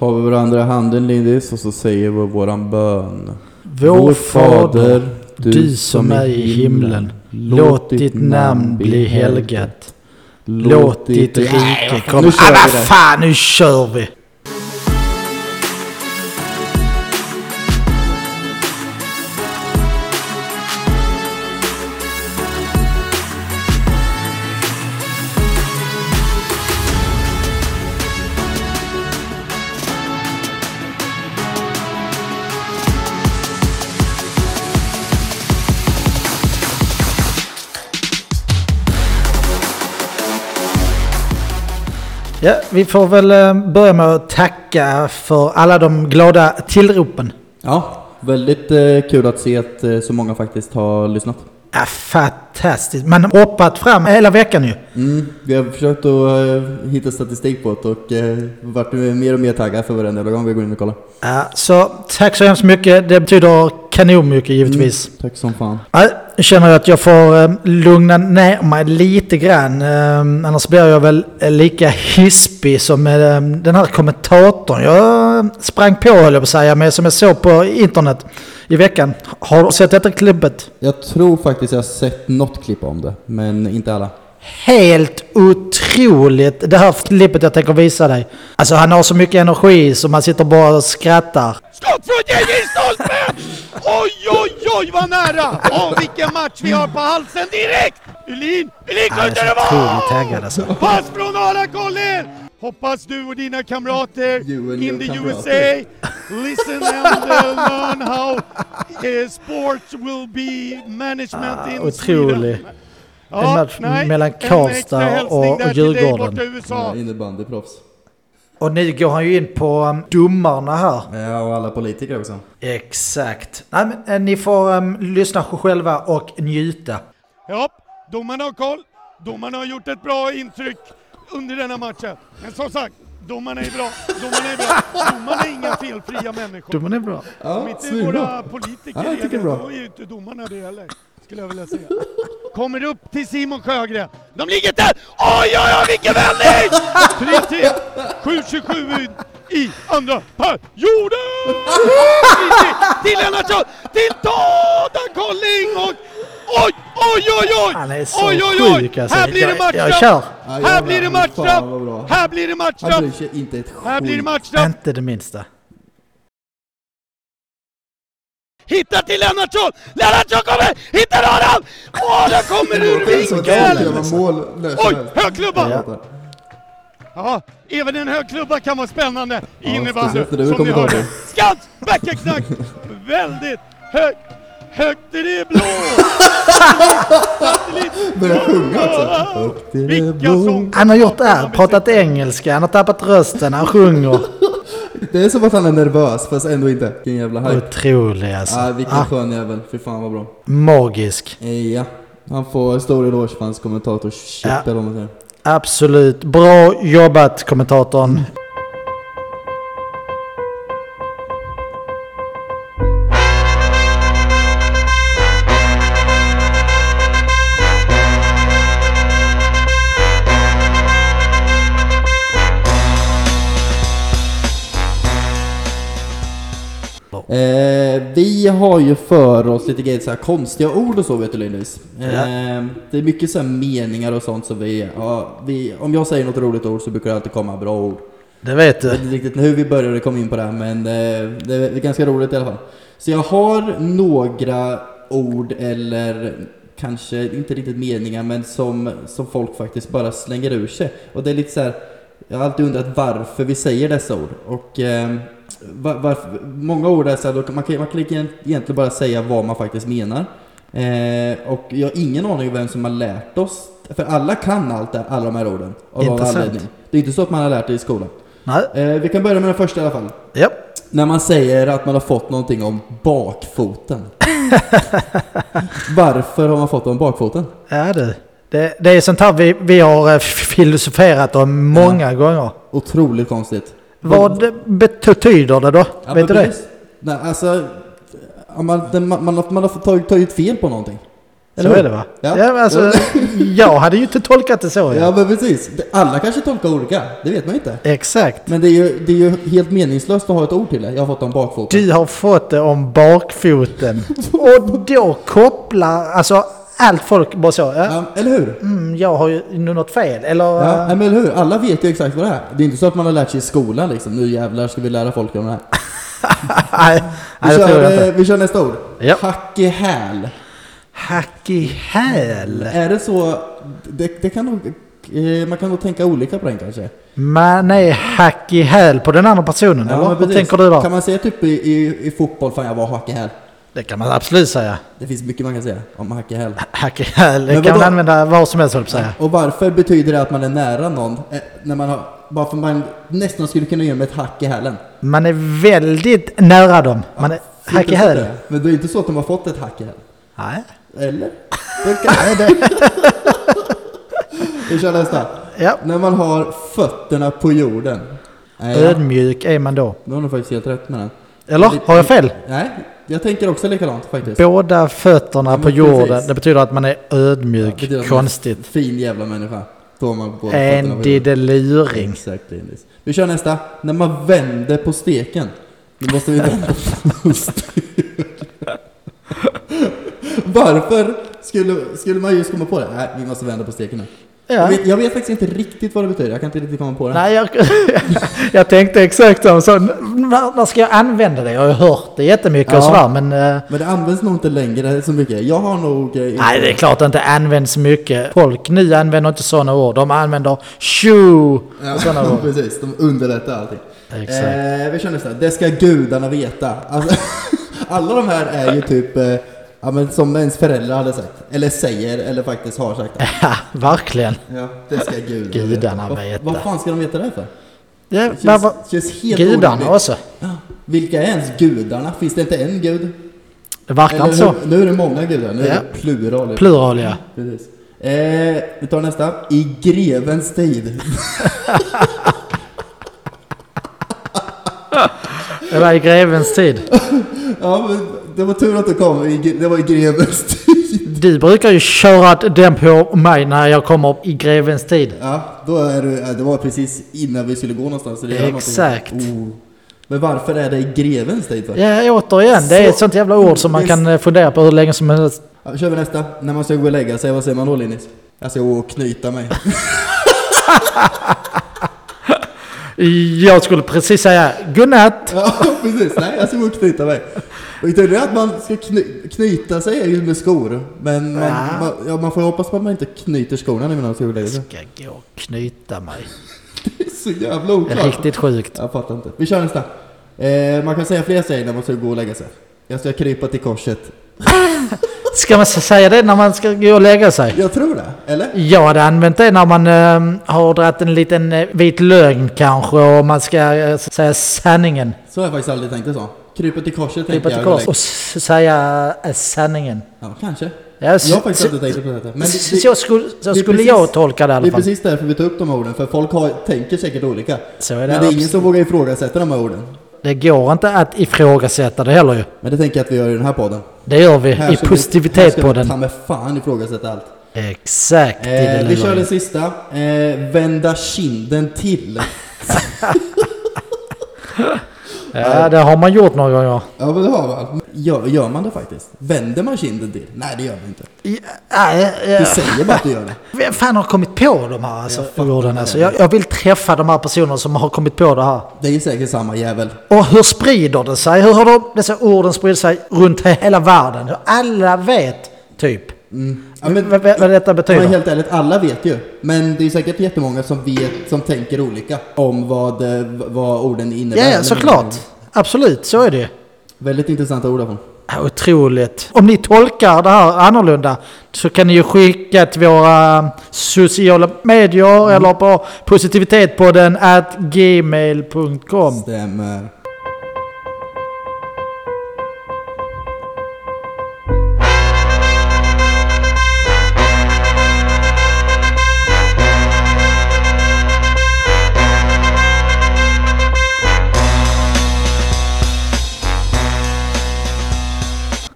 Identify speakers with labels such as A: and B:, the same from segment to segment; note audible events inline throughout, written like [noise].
A: Tar vi varandra i handen Lindis och så säger vi våran bön.
B: Vår Fader, du som är i himlen. Låt ditt namn bli helgat. Låt ditt rike komma.
A: Nu kör
B: Nu kör ah,
A: vi det.
B: vad fan, nu kör vi! Ja, vi får väl eh, börja med att tacka för alla de glada tillropen.
A: Ja, väldigt eh, kul att se att eh, så många faktiskt har lyssnat.
B: Ja, fantastiskt. Man har hoppat fram hela veckan ju.
A: Mm, vi har försökt att eh, hitta statistik på det och eh, varit mer och mer taggade för varenda gång vi går in och kollar.
B: Ja, så tack så hemskt mycket. Det betyder kanonmycket givetvis.
A: Tack som fan.
B: Ja, jag känner att jag får eh, lugna ner mig lite grann. Eh, annars blir jag väl eh, lika hispig som eh, den här kommentatorn. Jag eh, sprang på höll jag på att säga, men som jag såg på internet i veckan. Har du sett detta klippet?
A: Jag tror faktiskt jag har sett något klipp om det, men inte alla.
B: Helt otroligt! Det här klippet jag tänker visa dig. Alltså han har så mycket energi så man sitter bara och skrattar.
C: Skott från JJ Stolpe! Oj, oj, oj vad nära! Åh, vilken match vi har på halsen direkt! Ulin, Ulin
B: Han är
C: kunde
B: så
C: det
B: otroligt
C: vara!
B: taggad alltså.
C: Pass från Ara Collin! Hoppas du och dina kamrater
A: You and
C: in
A: your
C: the
A: kamrater.
C: USA listen and uh, learn how uh, sports will be management
B: Ah,
C: in
B: otrolig.
C: Sweden.
B: En match
C: nej,
B: mellan
C: en extra
B: Karlstad
C: hälsning
B: och- och
C: där till dig
B: Djurgården. Mm.
C: borta i USA.
A: Innebandyproffs.
B: Och nu går han ju in på um, domarna här.
A: Ja, och alla politiker också.
B: Exakt. Nej, men, eh, ni får um, lyssna själva och njuta.
C: Ja, domarna har koll. Domarna har gjort ett bra intryck under denna matchen. Men som sagt, domarna är bra. Domarna är bra. Domarna är inga felfria människor.
B: Domen är bra.
A: Ja,
C: Om inte
A: svinbra.
C: våra politiker
A: Ja, jag
C: är
A: tycker
C: det,
A: bra.
C: då är ju inte domarna det heller. Skulle jag vilja säga. Kommer upp till Simon Sjögren. De ligger där! Oj, oj, oj, vilken vändning! 3-3, 7-27 in i andra perioden! Till- Till Lennartsson, till Toda Colling och Oj, oj, oj, oj!
B: Han är så
C: oj, oj, oj.
B: sjuk, alltså.
C: Här blir det
B: Jag- jag
C: matchstraff!
B: kör.
C: Här blir det
A: Aj, jävlar.
C: matchstraff!
A: Fan, vad bra.
C: Här blir det
A: Han
C: matchstraff!
A: bryr sig Alltså, inte ett skit.
C: Här blir det matchstraff!
B: Inte det minsta.
C: Hitta till Lennartsson! Lennartsson kommer! Hittar Adam! Åh, där kommer ur vinkeln! Oj, högklubba! Ja, även en högklubba kan vara spännande i innebandy,
A: speciellt när du
C: som ni
A: kommer
C: hörde.
A: ihåg
C: Skans! Backerknack! Väldigt hög, högt i det blå!
A: Börjar sjunga också.
C: Wow.
A: Upp till det
C: Vilka
A: blå.
C: sång!
B: Han har gjort det här, pratat engelska, han har tappat rösten, han sjunger.
A: Det är som att han är nervös fast ändå inte. Vilken jävla hype.
B: Otrolig alltså.
A: Ah, vilken
B: Ah,
A: skön jävel. Fy fan vad bra.
B: magisk.
A: Eh, ja. Han får stor eloge för hans kommentator. Shit,
B: Ja.
A: eller vad man säger.
B: Absolut. Bra jobbat kommentatorn.
A: Eh, vi har ju för oss lite grejer, så här konstiga ord och så vet du Linus. Eh, Det är mycket så här meningar och sånt som vi, ja, vi... Om jag säger något roligt ord så brukar det alltid komma bra ord.
B: Det vet
A: Jag
B: du.
A: vet inte riktigt hur vi började komma in på det här men eh, det är ganska roligt i alla fall. Så jag har några ord eller kanske inte riktigt meningar men som, som folk faktiskt bara slänger ur sig. Och det är lite så här, jag har alltid undrat varför vi säger dessa ord. Och eh, var, varför, många ord är så här, då kan- man kan, man kan lika gärna- egentligen bara säga vad man faktiskt menar. Eh, och jag har ingen aning om vem som har lärt oss, för alla kan allt det, alla de här orden. Av någon
B: Intressant.
A: anledning. Det är inte så att man har lärt det i skolan.
B: Nej.
A: Eh, vi kan börja med den första i alla fall.
B: Ja.
A: När man säger att man har fått någonting om
B: [laughs]
A: bakfoten. Varför har man fått om bakfoten?
B: Ja du. Det, det är sånt här vi, vi har eh, filosoferat om många gånger.
A: Otroligt konstigt.
B: Vad betyder det då?
A: Ja,
B: vet du
A: men
B: det?
A: precis. Nej, alltså, ja, man, den- man, man, har- man har fått tagit, tagit fel på någonting.
B: Så är det va?
A: Ja.
B: men alltså, jag hade ju inte tolkat det så. Ja.
A: Ja men precis. Alla kanske tolkar olika, det vet man inte.
B: Exakt.
A: Men det är ju, det är ju helt meningslöst att ha ett ord till det. Jag har fått dem bakfoten.
B: Du har fått det om bakfoten. Och då kopplar alltså allt folk bara så. Ja,
A: Ja, eller hur?
B: mm, jag har ju nu något fel. Eller
A: Ja,
B: eh,
A: men eller hur? Alla vet ju exakt vad det är. Det är inte så att man har lärt sig i skolan liksom. Nu jävlar ska vi lära folk om det här.
B: [laughs] nej,
A: Vi,
B: nej, det tror jag
A: kör,
B: inte.
A: eh, vi kör nästa ord.
B: Ja.
A: Hack i häl.
B: Hack i häl.
A: Är det så? Det, det kan nog, eh, man kan nog tänka olika på den kanske.
B: Man är hack i häl på den andra personen eller?
A: men
B: Vad
A: precis.
B: tänker du då?
A: Kan man säga typ i, i, i fotboll, fan jag var hack i häl.
B: Det kan man absolut säga.
A: Det finns mycket man kan säga om hack i häl.
B: Hack i häl. Det
A: Men
B: kan man
A: vadå?
B: använda var som helst höll jag på att säga.
A: Och varför betyder det att man är nära någon? Eh, när man har, varför man nästan skulle kunna göra med ett hack i hälen.
B: Man är väldigt nära dem. Man är
A: Så
B: hack i
A: intressant
B: häl.
A: det är. Men det är inte så att de har fått ett hack i hälen.
B: Nej. [laughs]
A: Eller? Det kan, nej, det. [laughs] Vi kör nästa.
B: Ja.
A: När man har fötterna på jorden. Nej, ja.
B: Ödmjuk är man då.
A: Nu har du faktiskt helt rätt med den.
B: Eller? Har jag fel?
A: Nej, jag tänker också likadant faktiskt.
B: Båda fötterna på
A: precis.
B: jorden, det betyder att man är ödmjuk.
A: Det betyder att man är en
B: Konstigt.
A: Fin jävla människa. Då har man båda fötterna
B: En
A: på jorden.
B: dideluring.
A: Exakt, det är indiskt. Vi kör nästa. När man vänder på steken. Nu måste vi vända på steken. Varför skulle, skulle man just komma på det? Nej, vi måste vända på steken nu. Jag,
B: Ja.
A: vet, jag vet faktiskt inte riktigt vad det betyder. Jag kan inte riktigt komma på det.
B: Nej, jag, [laughs] jag tänkte exakt så. så när, när ska jag använda det? Jag har ju hört det jättemycket och
A: Ja.
B: sådär, men... eh,
A: Men det används nog inte längre så mycket. Jag har nog... eh,
B: Nej, det är klart det inte används mycket. Folk nu använder inte sådana ord. De använder tjo
A: Ja,
B: och
A: [laughs]
B: sådana ord.
A: precis, de underlättar allting.
B: Exakt.
A: Eh, vi kör nästa. Det ska gudarna veta. Alltså, [laughs] alla de här är ju typ eh, ja, men som ens föräldrar hade sagt. Eller säger, eller faktiskt har sagt.
B: Ja, verkligen.
A: Ja, det
B: [laughs]
A: ska gudarna,
B: Gudarna
A: Vad-
B: veta.
A: Vad fan ska de veta det för?
B: Ja,
A: Det
B: vad-
A: känns,
B: vad-
A: känns helt
B: Gudarna
A: orimligt.
B: också.
A: Ja, Vilka är ens gudarna? Finns det inte en gud?
B: Det verkar inte så.
A: hur? nu är det många gudar, nu
B: Alltså. Ja.
A: är det plural.
B: Plural, ja.
A: Precis. Eh, vi tar nästa. I grevens tid. [laughs]
B: Det var i grevens tid.
A: Ja, men det var tur att du kom. I gre- Det var i grevens [laughs] tid.
B: Du brukar ju köra den på mig när jag kommer i grevens tid.
A: Ja, då är du, ja, det var precis innan vi skulle gå någonstans. Så det gör
B: Exakt.
A: någonting. Oh. Men varför är det i grevens tid? För?
B: Ja, återigen. Det är ett
A: Så-
B: sånt jävla ord som man
A: Det-
B: kan eh, fundera på hur länge som helst.
A: Ja, kör vi nästa. När man ska gå och lägga sig, vad säger man då Linus? Jag ska gå och knyta mig.
B: Jag skulle precis säga godnatt.
A: ja, [laughs] precis. Nej, jag ska gå och knyta mig. Och inte det att man ska kny, knyta sig är ju med skor. Men man,
B: Ja.
A: man, ja, man får ju hoppas på att man inte knyter skorna när man ska gå och lägga sig.
B: Ska gå och knyta mig.
A: [laughs] Det är så jävla
B: Det är
A: oklart.
B: riktigt sjukt.
A: Jag fattar inte. Vi kör nästa. Eh, man kan säga fler saker när man ska gå och lägga sig. Jag ska krypa till korset.
B: Ska man säga det när man ska gå och lägga sig?
A: Jag tror det, eller?
B: Jag hade använt det när man eh, har dragit en liten eh, vit lögn kanske och man ska eh, så att säga sanningen.
A: Så har jag faktiskt aldrig tänkt det så. Krypa till korset
B: Krypa
A: tänker
B: till
A: jag.
B: kors och s- säga eh, sanningen.
A: Ja, kanske.
B: Ja,
A: Jag
B: så,
A: har faktiskt
B: så,
A: aldrig tänkt på det här sättet. Men
B: så,
A: det,
B: så skulle, så
A: det är
B: skulle
A: precis-
B: jag tolka det
A: det,
B: i
A: det
B: alla
A: är
B: fall.
A: precis därför vi tar upp de här orden, för folk har, tänker säkert olika.
B: Så är det,
A: Men det är ingen
B: absolut.
A: som vågar ifrågasätta de här orden.
B: Det går inte att ifrågasätta det heller ju.
A: Men det tänker jag att vi gör i den här podden.
B: Det gör vi
A: Här
B: i
A: ska vi- här
B: positivitet
A: ska
B: på
A: vi
B: den.
A: ta med fan ifrågasätta allt.
B: Exakt. det är
A: Eh,
B: det
A: vi kör
B: lurar.
A: den sista. Eh, vända kinden till.
B: Ja, det har man gjort några gånger.
A: Ja men det har man. Gör, gör man det faktiskt? Vänder man kinden till? Nej det gör man inte.
B: Ja, ja,
A: Du
B: ja.
A: säger bara att du gör det.
B: Vem fan har kommit på de här alltså,
A: Jag fattar
B: orden?
A: det.
B: Alltså, jag, jag vill träffa de här personerna som har kommit på det här.
A: Det är ju säkert samma jävel.
B: Och hur sprider det sig? Hur har de, dessa orden spridit sig runt hela världen? Hur alla vet, typ.
A: Ja, men,
B: Vad, vad vad detta
A: men
B: betyder?
A: helt ärligt, alla vet ju. Men det är säkert jättemånga som vet, som tänker olika om vad, eh, vad orden innebär.
B: Ja, ja,
A: Eller
B: såklart.
A: vad-
B: Absolut, så är det ju.
A: Väldigt intressanta ord därifrån.
B: Ja, Otroligt. Om ni tolkar det här annorlunda så kan ni ju skicka till våra sociala medier eller på positivitetpodden at gmail.com.
A: Stämmer.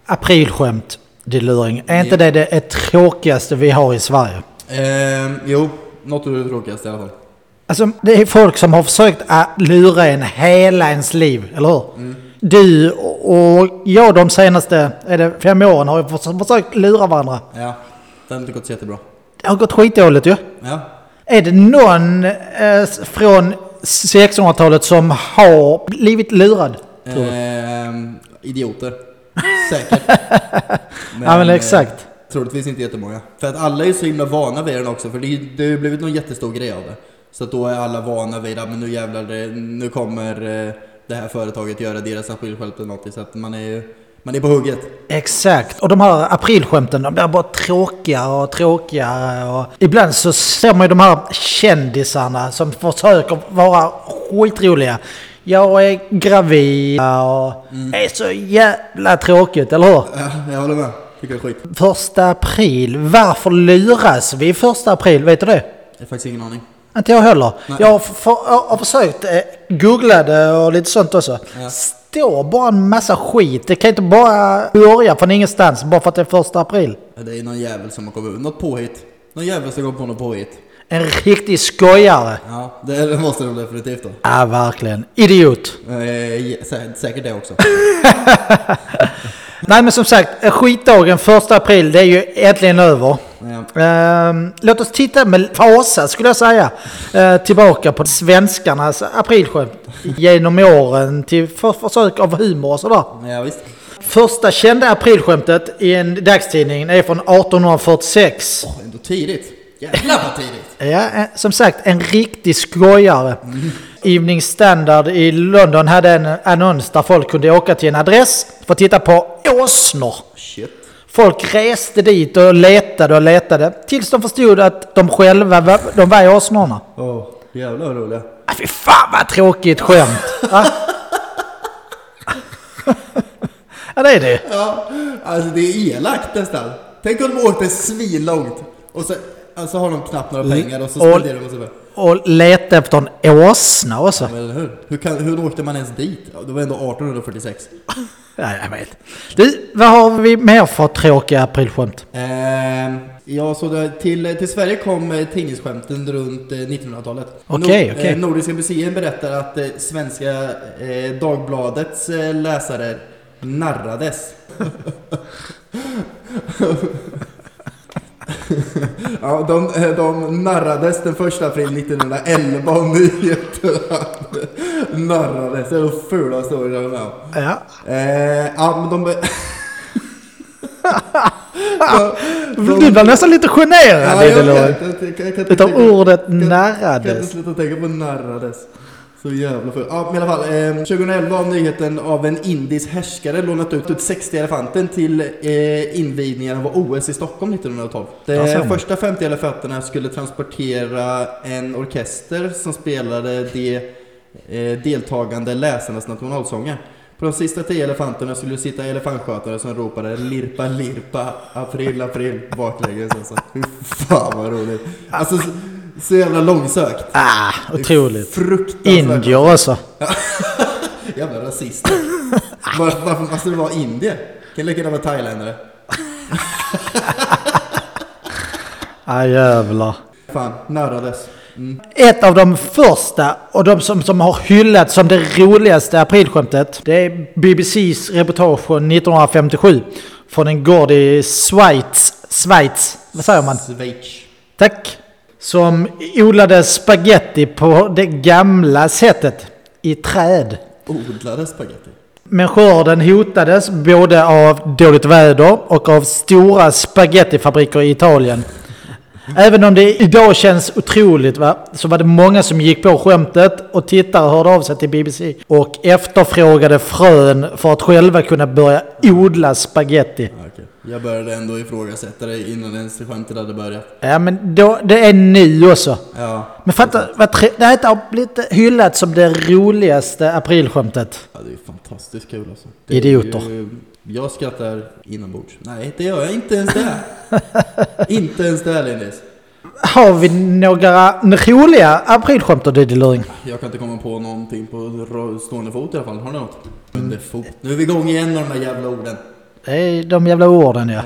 B: Aprilskämt. Det är luring. Är inte det det är tråkigaste vi har i Sverige?
A: Ehm, jo, något av det tråkigaste i alla fall.
B: Alltså, det är folk som har försökt att lura en hela ens liv, eller hur? Du och jag de senaste är det fem åren har ju förs- försökt lura varandra.
A: Ja, det har inte gått så jättebra.
B: Det har gått skitdåligt ju.
A: Ja.
B: Är det någon eh, från 1600-talet som har blivit lurad? Tror du?
A: Ehm, idioter.
B: [laughs]
A: Säkert.
B: ja men
A: eh,
B: exakt.
A: Troligtvis inte jättemånga. För att alla är så himla vana vid den också, för det, det har ju blivit någon jättestor grej av det. Så att då är alla vana vid att men nu jävlar, det- nu kommer eh, det här företaget göra deras aprilskämt så att man är ju man är på hugget.
B: Exakt. Och de här aprilskämten, de blir bara tråkigare och tråkigare. Och ibland så ser man ju de här kändisarna som försöker vara skitroliga. Jag är gravid och det är så jävla tråkigt, eller hur?
A: Ja, jag håller med. Tycker det är skit.
B: Första april, varför luras vi första april? Vet du det?
A: Jag har faktiskt ingen aning.
B: Inte jag heller.
A: Nej.
B: Jag har, för, jag har försökt eh, googla det och lite sånt också.
A: Ja.
B: Står bara en massa skit. Det kan inte bara börja från ingenstans bara för att det är första april.
A: Det är någon jävel som har kommit något påhitt. Någon jävel som kom på något påhitt.
B: En riktig skojare.
A: Ja, det måste de definitivt då.
B: Ja, verkligen. Idiot.
A: Eh, sä- säkert det [laughs] också.
B: Nej, men som sagt, eh, skitdagen första april, det är ju äntligen över.
A: Ja.
B: Ehm, låt oss titta med fasa, skulle jag säga, eh, tillbaka på svenskarnas aprilskämt genom åren till för, försök av humor och sådär.
A: Ja, visst.
B: Första kända aprilskämtet i en dagstidning är från 1846.
A: Åh, ändå tidigt. Jävlar vad tidigt.
B: Ja, eh, som sagt, en riktig skojare. Evening Standard i London hade en annons där folk kunde åka till en adress för att titta på åsnor.
A: Shit.
B: Folk reste dit och letade och letade tills de förstod att de själva var, de var åsnorna.
A: Åh, jävlar vad roliga.
B: Ah, Fy fan vad tråkigt skämt! Ja, [laughs] ja det är det
A: Ja, alltså det är elakt nästan. Tänk om de åkte svinlångt och så alltså, har de knappt några pengar och så
B: Och-
A: spenderar de och så bara,
B: Och leta efter en åsna också.
A: Men eller hur? Hur, kan, hur åkte man ens dit? Ja, det var ändå 1846.
B: Ja, jag vet. Du, vad har vi mer för tråkiga aprilskämt?
A: Ehm, ja, så det, till, till Sverige kom eh, tidningsskämten runt eh, 1900-talet.
B: Okej,
A: Nor-
B: okej.
A: eh, Nordiska museet berättar att eh, Svenska eh, Dagbladets eh, läsare narrades. [laughs] ja, de, eh, de narrades den första april 1911 och nyheterna [laughs] narrades. Det är de fulaste storyn jag har varit med om.
B: Ja.
A: Eh, ja, men de...
B: Du blir nästan lite generad
A: Ja,
B: i
A: jag
B: det
A: vet.
B: Lloyd.
A: Jag kan- jag kan inte
B: Utav
A: tänka-
B: ordet
A: kan- Kan inte
B: narrades.
A: sluta tänka på narrades. Så jävla fult. Ja, men i alla fall. Eh, 2011 av nyheten av en indisk härskare lånat ut ut 60 elefanten till eh, invigningen av OS i Stockholm 1912. De
B: Ja, sen.
A: första 50 elefanterna skulle transportera en orkester som spelade de eh, deltagande läsarnas nationalsånger. På de sista 10 elefanterna skulle det sitta elefantskötare som ropade lirpa lirpa april april baklänges. Alltså. Fy fan vad roligt. Alltså så, så jävla långsökt.
B: Ah, otroligt. alltså.
A: Fruktansvärt.
B: Indier också.
A: Jävla [laughs] rasister. Varför, varför måste det vara indier? Kan lika gärna vara thailändare.
B: Ah, jävlar.
A: Fan, narrades. Mm.
B: Ett av de första och de som, som har hyllats som det roligaste aprilskämtet. Det är BBCs reportage från 1957. Från en gård i Schweiz. Schweiz. Vad säger man?
A: Schweiz.
B: Tack. Som odlade spaghetti på det gamla sättet. I träd.
A: Odlade spaghetti.
B: Men skörden hotades både av dåligt väder och av stora spagettifabriker i Italien. Även om det idag känns otroligt va, så var det många som gick på skämtet och tittare hörde av sig till BBC och efterfrågade frön för att själva kunna börja odla spaghetti.
A: Ja, okej. Jag började ändå ifrågasätta det innan ens skämtet hade börjat.
B: Ja men då, det är nu också.
A: Ja,
B: Men fatta, vad tre- det här har blivit hyllat som det roligaste aprilskämtet.
A: ja det är ju fantastiskt kul alltså. Det är
B: Idioter.
A: Ju, jag skrattar inombords. Nej, det gör jag inte ens det.
B: [laughs]
A: inte ens det Lindis.
B: Har vi några roliga aprilskämt då Diddy Luring?
A: Jag kan inte komma på någonting på ra- stående fot i alla fall. Har ni något? Under fot. Nu är vi igång igen med de här jävla orden.
B: Det är de jävla orden ja.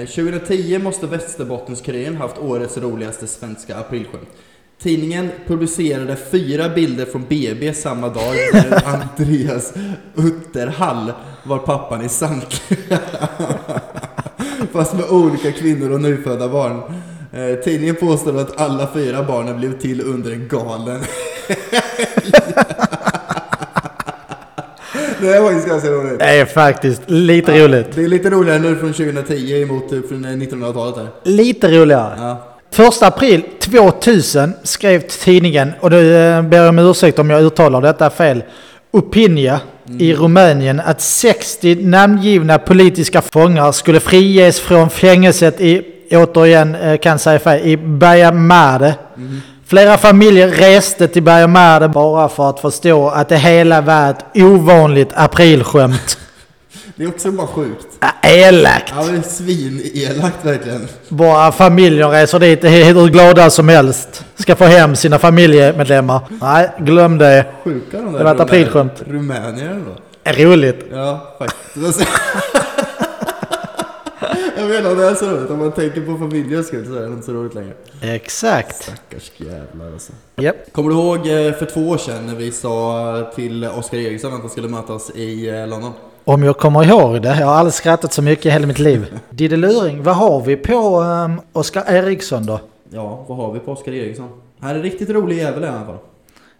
A: Eh, 2010 måste Västerbottens-Kuriren haft årets roligaste svenska aprilskämt. Tidningen publicerade fyra bilder från BB samma dag där Andreas Utterhall var pappan i samtliga. [laughs] Fast med olika kvinnor och nyfödda barn. Eh, Tidningen påstår att alla fyra barnen blev till under en galen [laughs] Det är faktiskt ganska roligt.
B: Det är faktiskt lite roligt.
A: Det är lite roligare nu från 2010 emot typ från eh, 1900-talet här.
B: Lite roligare.
A: Ja.
B: Första april 2000 skrev tidningen, och nu eh, ber jag om ursäkt om jag uttalar detta fel, Opinia i Rumänien att 60 namngivna politiska fångar skulle friges från fängelset i, återigen eh, kan säga fel, i Baia Mare. Flera familjer reste till Baia Mare bara för att förstå att det hela var ett ovanligt aprilskämt.
A: Det är också bara sjukt.
B: Ah, Elakt!
A: Ja, det är svinelakt verkligen.
B: Bara familjen reser dit är hur glada som helst. Ska få hem sina familjemedlemmar. Nej, glöm det.
A: Sjuka de där
B: Det var ett
A: rumä-
B: aprilskämt.
A: Rumänier då.
B: Är Roligt.
A: Ja, faktiskt. [laughs] Alltså- Jag menar det är så roligt. Om man tänker på familjens skull så är det inte så roligt längre.
B: Exakt.
A: Stackars jävlar alltså.
B: Japp.
A: Kommer du ihåg eh, för två år sedan när vi sa till Oskar Eriksson att han skulle mötas i eh, London?
B: Om jag kommer ihåg det. Jag har aldrig skrattat så mycket i hela mitt liv. Diddeluring, vad har vi på um, Oskar Eriksson då?
A: Ja, vad har vi på Oskar Eriksson? Han är en riktigt rolig jävel i alla fall.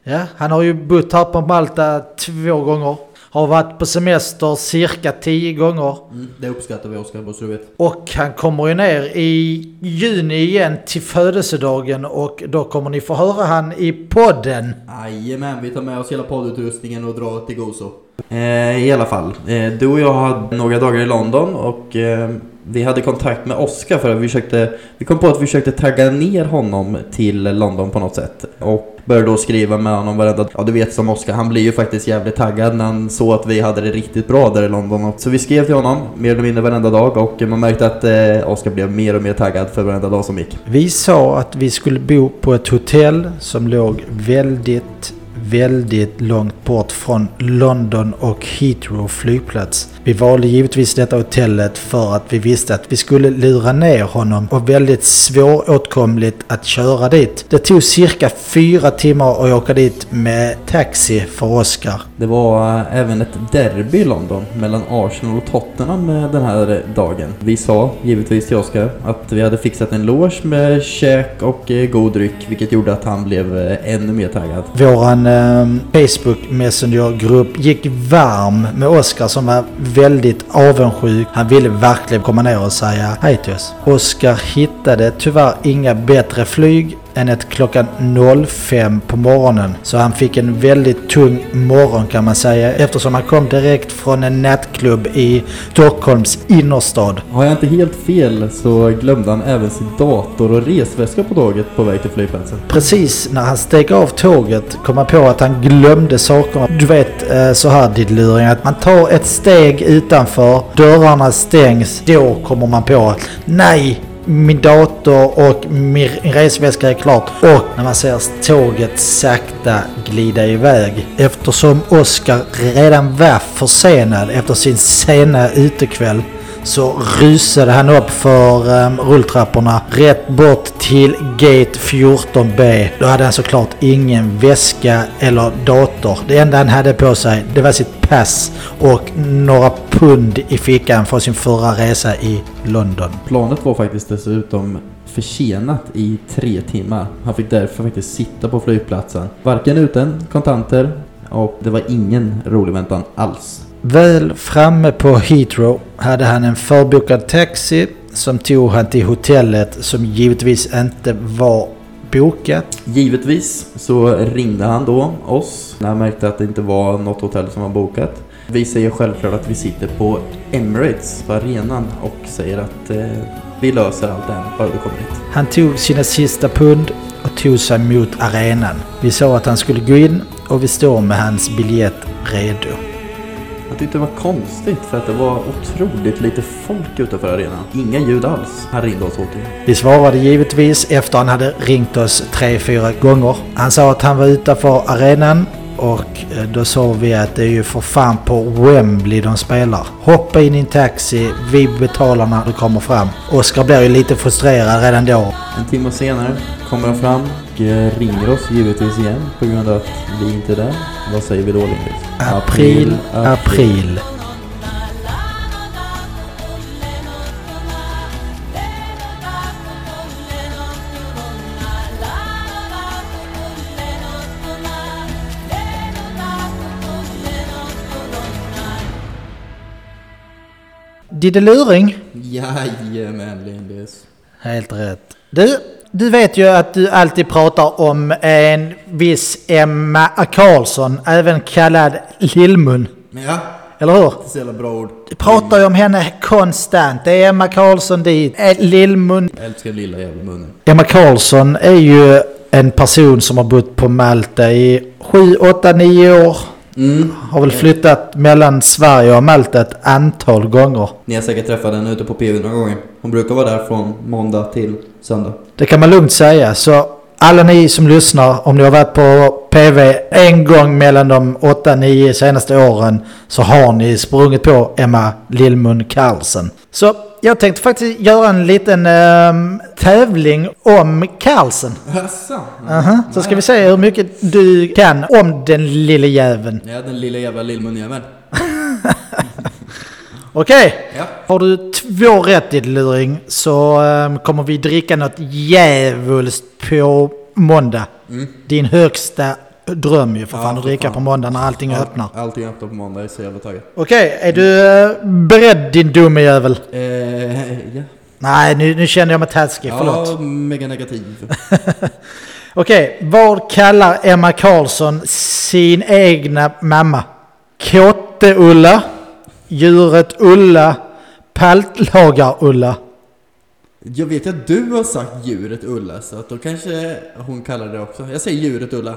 B: Ja, han har ju bott här på Malta två gånger. Har varit på semester cirka tio gånger.
A: Mm, det uppskattar vi Oskar på så du vet.
B: Och han kommer ju ner i juni igen till födelsedagen och då kommer ni få höra han i podden.
A: Jajamän, vi tar med oss hela poddutrustningen och drar till Gozo. Eh, I alla fall, eh, du och jag hade några dagar i London och eh, vi hade kontakt med Oscar för att vi försökte, vi kom på att vi försökte tagga ner honom till London på något sätt. Och började då skriva med honom varenda, ja du vet som Oscar, han blir ju faktiskt jävligt taggad när han såg att vi hade det riktigt bra där i London. Och Så vi skrev till honom mer eller mindre varenda dag och man märkte att eh, Oscar blev mer och mer taggad för varenda dag som gick.
B: Vi sa att vi skulle bo på ett hotell som låg väldigt, väldigt långt bort från London och Heathrow flygplats. Vi valde givetvis detta hotellet för att vi visste att vi skulle lura ner honom och väldigt svåråtkomligt att köra dit. Det tog cirka fyra timmar att åka dit med taxi för Oscar.
A: Det var eh, även ett derby i London mellan Arsenal och Tottenham eh, den här dagen. Vi sa givetvis till Oskar att vi hade fixat en loge med käk och eh, god dryck vilket gjorde att han blev eh, ännu mer taggad.
B: Våran eh, Facebook Messenger-grupp gick varm med Oskar som var väldigt avundsjuk. Han ville verkligen komma ner och säga hej till oss. Oskar hittade tyvärr inga bättre flyg än ett klockan 05 på morgonen. Så han fick en väldigt tung morgon kan man säga eftersom han kom direkt från en nattklubb i Stockholms innerstad.
A: Har jag inte helt fel så glömde han även sin dator och resväska på tåget på väg till flygplatsen.
B: Precis när han steg av tåget kom han på att han glömde sakerna. Du vet eh, så här diddluring att man tar ett steg utanför, dörrarna stängs, då kommer man på att nej, min dator och min resväska är klart. Och när man ser tåget sakta glida iväg. Eftersom Oscar redan var försenad efter sin sena utekväll så rusade han upp för ehm, rulltrapporna rätt bort till gate 14B. Då hade han såklart ingen väska eller dator. Det enda han hade på sig det var sitt pass och några pund i fickan från sin förra resa i London.
A: Planet var faktiskt dessutom försenat i tre timmar. Han fick därför faktiskt sitta på flygplatsen. Varken utan kontanter och det var ingen rolig väntan alls.
B: Väl framme på Heathrow hade han en förbokad taxi som tog han till hotellet som givetvis inte var bokat.
A: Givetvis så ringde han då oss när han märkte att det inte var något hotell som var bokat. Vi säger självklart att vi sitter på Emirates på arenan och säger att eh, vi löser allt det här bara du kommer hit.
B: Han tog sina sista pund och tog sig mot arenan. Vi sa att han skulle gå in och vi står med hans biljett redo.
A: Jag tyckte det var konstigt för att det var otroligt lite folk utanför arenan. Inga ljud alls. Han ringde oss återigen.
B: Vi svarade givetvis efter han hade ringt oss tre, fyra gånger. Han sa att han var utanför arenan Och eh, då sa vi att det är ju för fan på Wembley de spelar. Hoppa in i en taxi, vi betalar när du kommer fram. Oskar blir ju lite frustrerad redan då.
A: En timme senare kommer de fram och eh, ringer oss givetvis igen på grund av att vi inte är där. Vad säger vi då Lindis?
B: April, april. Diddeluring.
A: Jajamän Lindis.
B: Helt rätt. Du, du vet ju att du alltid pratar om en viss Emma Karlsson, även kallad Lillmun.
A: Men ja,
B: Eller hur?
A: det är så jävla bra ord.
B: Du pratar ju om henne konstant. Det är Emma Karlsson dit, eh, Lillmun.
A: Jag älskar lilla jävla munnen.
B: Emma Karlsson är ju en person som har bott på Malta i 7, 8, 9 år.
A: Mm.
B: Har väl flyttat mellan Sverige och Malta ett antal gånger.
A: Ni har säkert träffat henne ute på PV några gånger. Hon brukar vara där från måndag till söndag.
B: Det kan man lugnt säga. Så alla ni som lyssnar, om ni har varit på PV en gång mellan de 8-9 senaste åren så har ni sprungit på Emma Lillmun Karlsen. Så jag tänkte faktiskt göra en liten ehm, tävling om Karlsen.
A: Jaså?
B: Aha, Så ska vi se hur mycket du kan om den lille jäveln.
A: Ja, den lilla jävla lillmunjäveln.
B: Okej!
A: Ja.
B: Har du två rätt i luring så ehm, kommer vi dricka något djävulskt på måndag. Din högsta dröm ju för
A: Mm. Ja,
B: fan att
A: för
B: dricka
A: fan.
B: på måndag när allting öppnar.
A: Allting öppnar på måndag, jag är så jävla taggad.
B: Okej, är du eh, beredd din dumme jävel?
A: Eh, ja.
B: Nej, nu, nu känner jag mig taskig, förlåt.
A: Ja, mega negativ.
B: Okej, vad kallar Emma Karlsson sin egna mamma? Kotte-Ulla, djuret Ulla, paltlagar-Ulla.
A: Jag vet att du har sagt djuret Ulla, så att då kanske hon kallar det också. Jag säger djuret Ulla.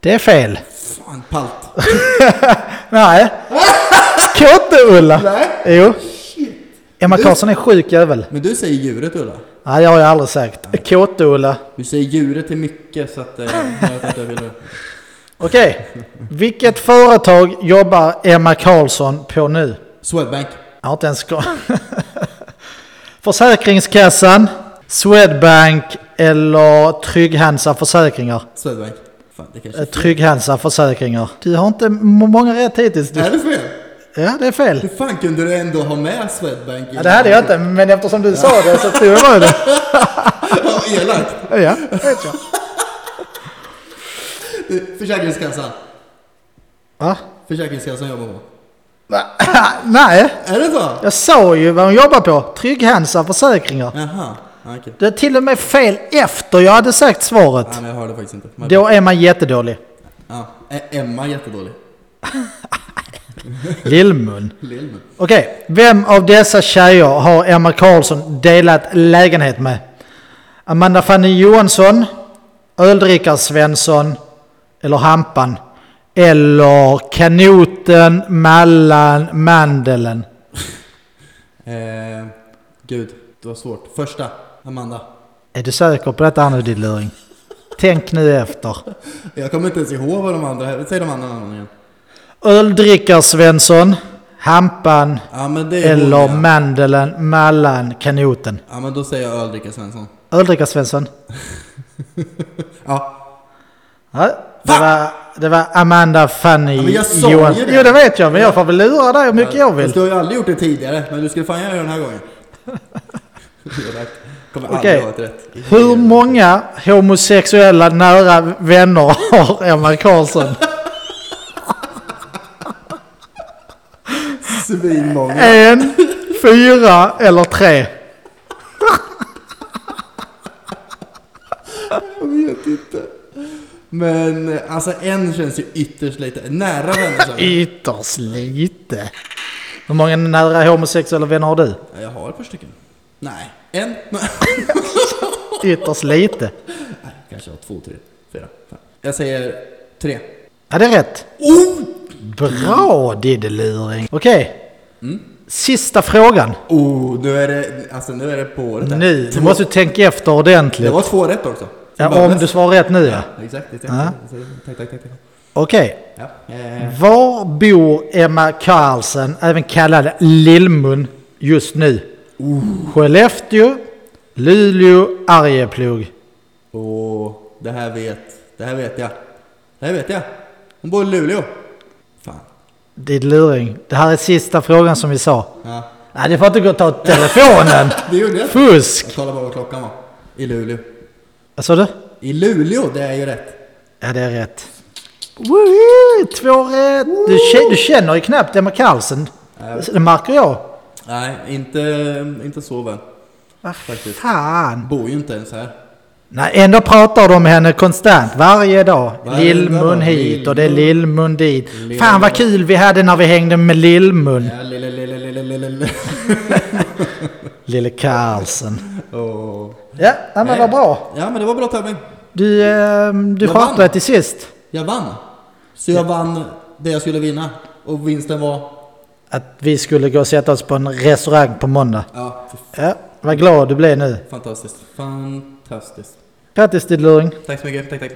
B: Det är fel.
A: Fan, palt.
B: Nej. Kotte-Ulla. Jo. Emma Karlsson är sjuk jävel.
A: Men du säger djuret Ulla.
B: Nej, det har jag aldrig sagt. Kotte-Ulla.
A: Du säger djuret till mycket, så att eh, jag vet att jag vill...
B: Okej. Vilket företag jobbar Emma Karlsson på nu?
A: Swedbank.
B: Jag har inte ens ska. [laughs] Försäkringskassan, Swedbank eller Trygg-Hansa Försäkringar?
A: Swedbank. Fan, det kanske...
B: Eh, Trygg-Hansa Försäkringar. Du har inte m- många rätt hittills. Du.
A: Är det fel?
B: Ja, det är fel.
A: Hur fan kunde du ändå ha med Swedbank? i-
B: Ja, det hade jag inte, men eftersom du sa det så tror jag det.
A: [laughs] Ja, elakt.
B: Ja, vet jag.
A: Du, Försäkringskassan.
B: Va?
A: Försäkringskassan jobbar på.
B: [laughs] Nej,
A: Är det så?
B: jag sa ju vad hon jobbar på. Trygg-Hansa Försäkringar.
A: Jaha, ja, okej.
B: Det är till och med fel efter jag hade sagt svaret.
A: Nej, men jag hörde faktiskt inte. Men-
B: Då är man jättedålig.
A: Ja, Ä- Emma är jättedålig.
B: Lillmun.
A: Lill.
B: Okej, vem av dessa tjejer har Emma Karlsson delat lägenhet med? Amanda Fanny Johansson, Öldrickar-Svensson eller Hampan? Eller Kanoten, Mallan, Mandelen?
A: Eh, gud, det var svårt. Första, Amanda.
B: Är du säker på detta nu din luring? Tänk nu efter.
A: Jag kommer inte ens ihåg vad de andra här... Säg de andra namnen igen.
B: Öldrickar-Svensson, Hampan
A: Ja, Ah, men det är
B: eller
A: hon, ja.
B: Mandelen, Mallan, Kanoten?
A: ja, men då säger jag Öldricka Svensson.
B: Öldrickar-Svensson?
A: [laughs] Ja,
B: Ja, det, var, det var Amanda Fanny
A: Ja, men jag sa ju
B: Johansson.
A: det.
B: Jo det vet jag men jag får väl lura dig hur mycket jag
A: fast
B: vill.
A: du har ju aldrig gjort det tidigare, men du skulle fan göra det den här gången. [laughs] Elakt. Kommer aldrig
B: Okej.
A: ha ett rätt.
B: Hur många homosexuella nära vänner har
A: [laughs]
B: Emma Karlsson?
A: Svinmånga.
B: En, fyra eller tre?
A: Jag vet inte. Men eh, alltså en känns ju ytterst lite nära vänner känner
B: [laughs]
A: jag.
B: Ytterst lite. Hur många nära homosexuella vänner har du?
A: Ja, Jag har ett par stycken. Nej, en. [laughs]
B: Ytterst lite.
A: Nej, kanske jag har två, tre, fyra, fem. Jag säger tre.
B: Ja det är rätt.
A: Oh!
B: Bra Diddeluring. Okej. Sista frågan.
A: Oh, nu är det, alltså nu är det på året här.
B: Nu, du
A: Två-
B: måste du tänka efter
A: Det
B: ordentligt.
A: var två rätt också.
B: Ja,
A: Bara
B: om
A: näst-
B: du svarar rätt nu ja.
A: Exakt, exakt.
B: Ja.
A: Så- Tack, tack, tack. tack.
B: Okej,
A: Ja. Eh,
B: var bor Emma Karlsson, även kallad Lillmun, just nu? Skellefteå, Luleå, Arjeplog.
A: och det här vet, det här vet jag. Det här vet jag. Hon bor i Luleå. Fan.
B: Ditt luring. Det här är sista frågan som vi sa.
A: Ja.
B: Nej, det får inte gå att ta telefonen.
A: [laughs] Det gjorde jag.
B: Fusk!
A: Jag kollade bara vad klockan var. I Luleå.
B: Vad sa du?
A: I Luleå, det är ju rätt.
B: Ja, det är rätt. Woohoo! Två rätt! Du, kä- du känner ju knappt Emma Karlsson. Det märker jag.
A: Nej, inte, inte så väl.
B: Vad
A: Faktiskt.
B: fan!
A: Bor ju inte ens här.
B: Nej, ändå pratar de om henne konstant. Varje dag.
A: Varje
B: Lillmun
A: dag.
B: hit och det är Lillmun dit.
A: Lillmun.
B: Fan vad kul vi hade när vi hängde med Lillmun.
A: Ja, lille, lille, lille, lille, lille.
B: Lille Karlsson.
A: [laughs] Åh.
B: Ja, nej, men vad bra.
A: Ja, men det var bra tävling.
B: Du, eh, du
A: Jag vann.
B: skötte det till sist.
A: Jag vann. Så jag vann det jag skulle vinna. Och vinsten var...
B: Att vi skulle gå och sätta oss på en restaurang på måndag.
A: Ja, fy
B: Ja, vad glad du blev nu.
A: Fantastiskt. Fantastiskt.
B: Grattis ditt luring.
A: Tack så mycket. Tack, tack.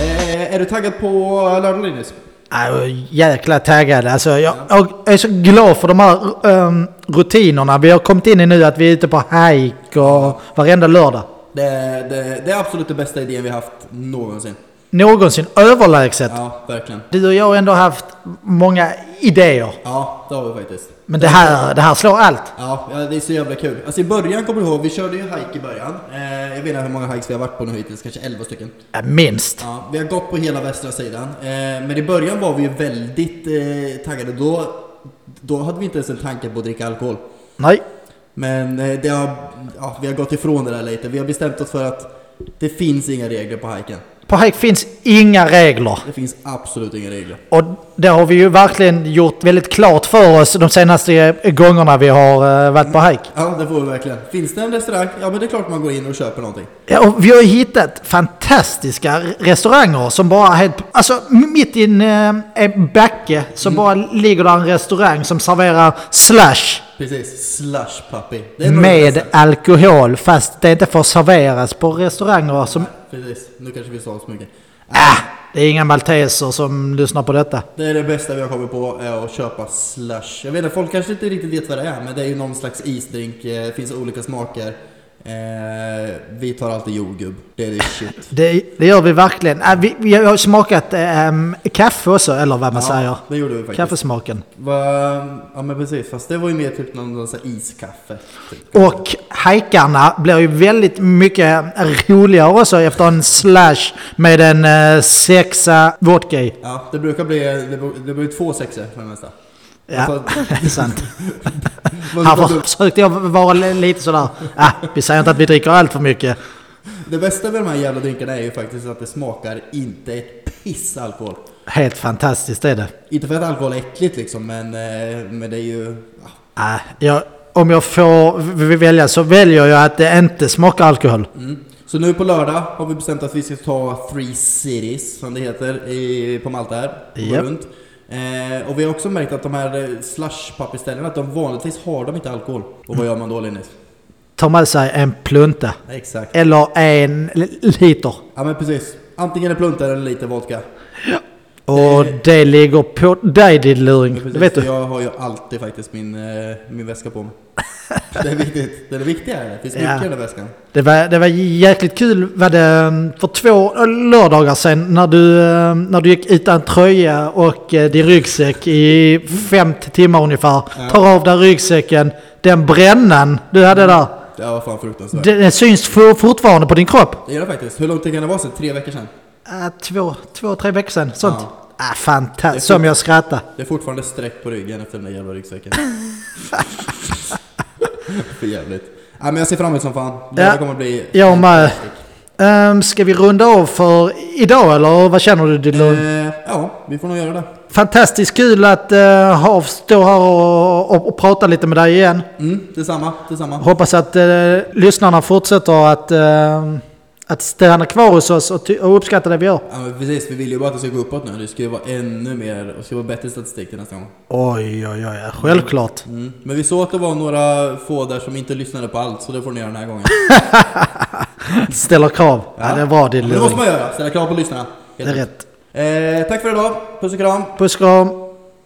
A: Eh, Är du taggad på lördag Linus?
B: Jag är Äh, jäkla taggad. Alltså, jag, jag är så glad för de här um, rutinerna vi har kommit in i nu. Att vi är ute på hike och varenda lördag.
A: Det, är- det, är- det är absolut den bästa idén vi har haft någonsin.
B: Någonsin överlägset.
A: Ja, verkligen.
B: Du och jag har ändå haft många idéer.
A: Ja, det har vi faktiskt.
B: Men det här, det här slår allt.
A: Ja, ja, det är så jävla kul. Alltså i början, kommer du ihåg, vi körde ju hike i början. Eh, jag vet inte hur många hikes vi har varit på nu hittills, kanske 11 stycken.
B: Ja, Minst.
A: Ja, vi har gått på hela västra sidan. Eh, men i början var vi ju väldigt eh, taggade. Då, då hade vi inte ens en tanke på att dricka alkohol.
B: Nej.
A: Men eh, det har, ja, vi har gått ifrån det där lite. Vi har bestämt oss för att det finns inga regler på hiken.
B: På hike finns inga regler.
A: Det finns absolut inga regler.
B: Och det har vi ju verkligen gjort väldigt klart för oss de senaste gångerna vi har eh, varit på hike.
A: Ja, det får vi verkligen. Finns det en restaurang? Ja, men det är klart man går in och köper någonting.
B: Ja, och vi har ju hittat fantastiska restauranger som bara helt... Alltså mitt i en, eh, en backe så
A: Mm.
B: bara ligger där en restaurang som serverar slush
A: Precis, slush puppy. Det är nog det
B: med
A: bästa.
B: alkohol fast det inte får serveras på restauranger som...
A: Precis, nu kanske vi sa så mycket.
B: Ah, det är inga malteser som lyssnar på detta.
A: Det är det bästa vi har kommit på, är att köpa slush. Jag vet inte, folk kanske inte riktigt vet vad det är, men det är ju någon slags isdrink, eh, det finns olika smaker. Eh, vi tar alltid jordgubb, det är det shit.
B: Det, det gör vi verkligen. Ah, vi, vi har smakat ehm, kaffe också, eller vad man [laughs] säger.
A: Ja, det gjorde vi faktiskt.
B: Kaffesmaken.
A: Va, ja men precis, fast det var ju mer typ någon, någon sån här iskaffe. Typ.
B: Och hajkarna blir ju väldigt mycket roligare också efter en slash med en eh, sexa vodka i.
A: Ja, det brukar bli, det, bru- det blir två sexor för det mesta. Alltså,
B: Ja, [laughs] det är sant.
A: Man
B: Här
A: tar
B: var-
A: dubbel-
B: försökte jag vara li- lite sådär. Ah, vi säger inte att vi dricker allt för mycket.
A: det bästa med de här jävla drinkarna är ju faktiskt att det smakar inte ett piss alkohol.
B: Helt fantastiskt är det.
A: Inte för att alkohol är äckligt liksom, men, eh, men det är ju... ja,
B: Ah, jag, om jag får v- välja så väljer jag att det inte smakar alkohol.
A: Mm. Så nu på lördag har vi bestämt att vi ska ta Three Cities, som det heter, i, på Malta här. och gå
B: Japp.
A: Runt. Eh, och vi har också märkt att de här eh, slushpappersställena, att de vanligtvis har de inte alkohol. Och vad gör man då Linus?
B: Ta med sig en plunta.
A: Mm. Exakt.
B: Eller en li- liter.
A: Ja men precis. Antingen en plunta eller lite vodka.
B: Och det ligger på dig din
A: Men
B: luring.
A: precis,
B: Det vet
A: så
B: du.
A: Jag har ju alltid faktiskt min, eh, min väska på mig. [laughs] det är viktigt. Det är det viktiga. här. Det finns mycket
B: Ja.
A: i den där väskan.
B: Det var, det var jäkligt kul var det mm, för två lördagar sedan när du, eh, när du gick utan tröja och eh, din ryggsäck i fem t- timmar ungefär. Tar av dig ryggsäcken, den brännan du hade där.
A: Det var fan fruktansvärt. Det,
B: Den den syns for, fortfarande på din kropp.
A: gör det faktiskt. Hur lång tid kan det vara sedan? Tre veckor sedan?
B: Ah, två, två, tre veckor sedan. Sånt.
A: Ja.
B: Ah, fantastiskt. Som jag skrattade.
A: Det är fortfarande streck på ryggen efter den där jävla ryggsäcken. För jävligt. Nej men jag ser fram emot som fan. Det
B: Ja.
A: här kommer bli...
B: Jag med. Um, ska vi runda av för idag eller vad känner du din luring?
A: Eh, ja, vi får nog göra det.
B: Fantastiskt kul att eh, ha, stå här och, och, och prata lite med dig igen.
A: Mm, detsamma, detsamma.
B: Hoppas att eh, lyssnarna fortsätter att eh, Att stanna kvar hos oss och, ty- och uppskatta det vi gör.
A: Ja, men precis, vi vill ju bara att det ska gå uppåt nu. Det ska ju vara ännu mer, och det ska vara bättre statistik till nästa gång.
B: Oj, oj, oj. Självklart.
A: Mm. Men vi såg att det var några få där som inte lyssnade på allt, så det får ni göra den här gången.
B: Ställer krav. Ja, det är bra din
A: Men Det måste
B: luring.
A: man göra, ställa krav på lyssnarna.
B: Det är rätt.
A: Eh, tack för idag, puss och kram.
B: Puss och kram.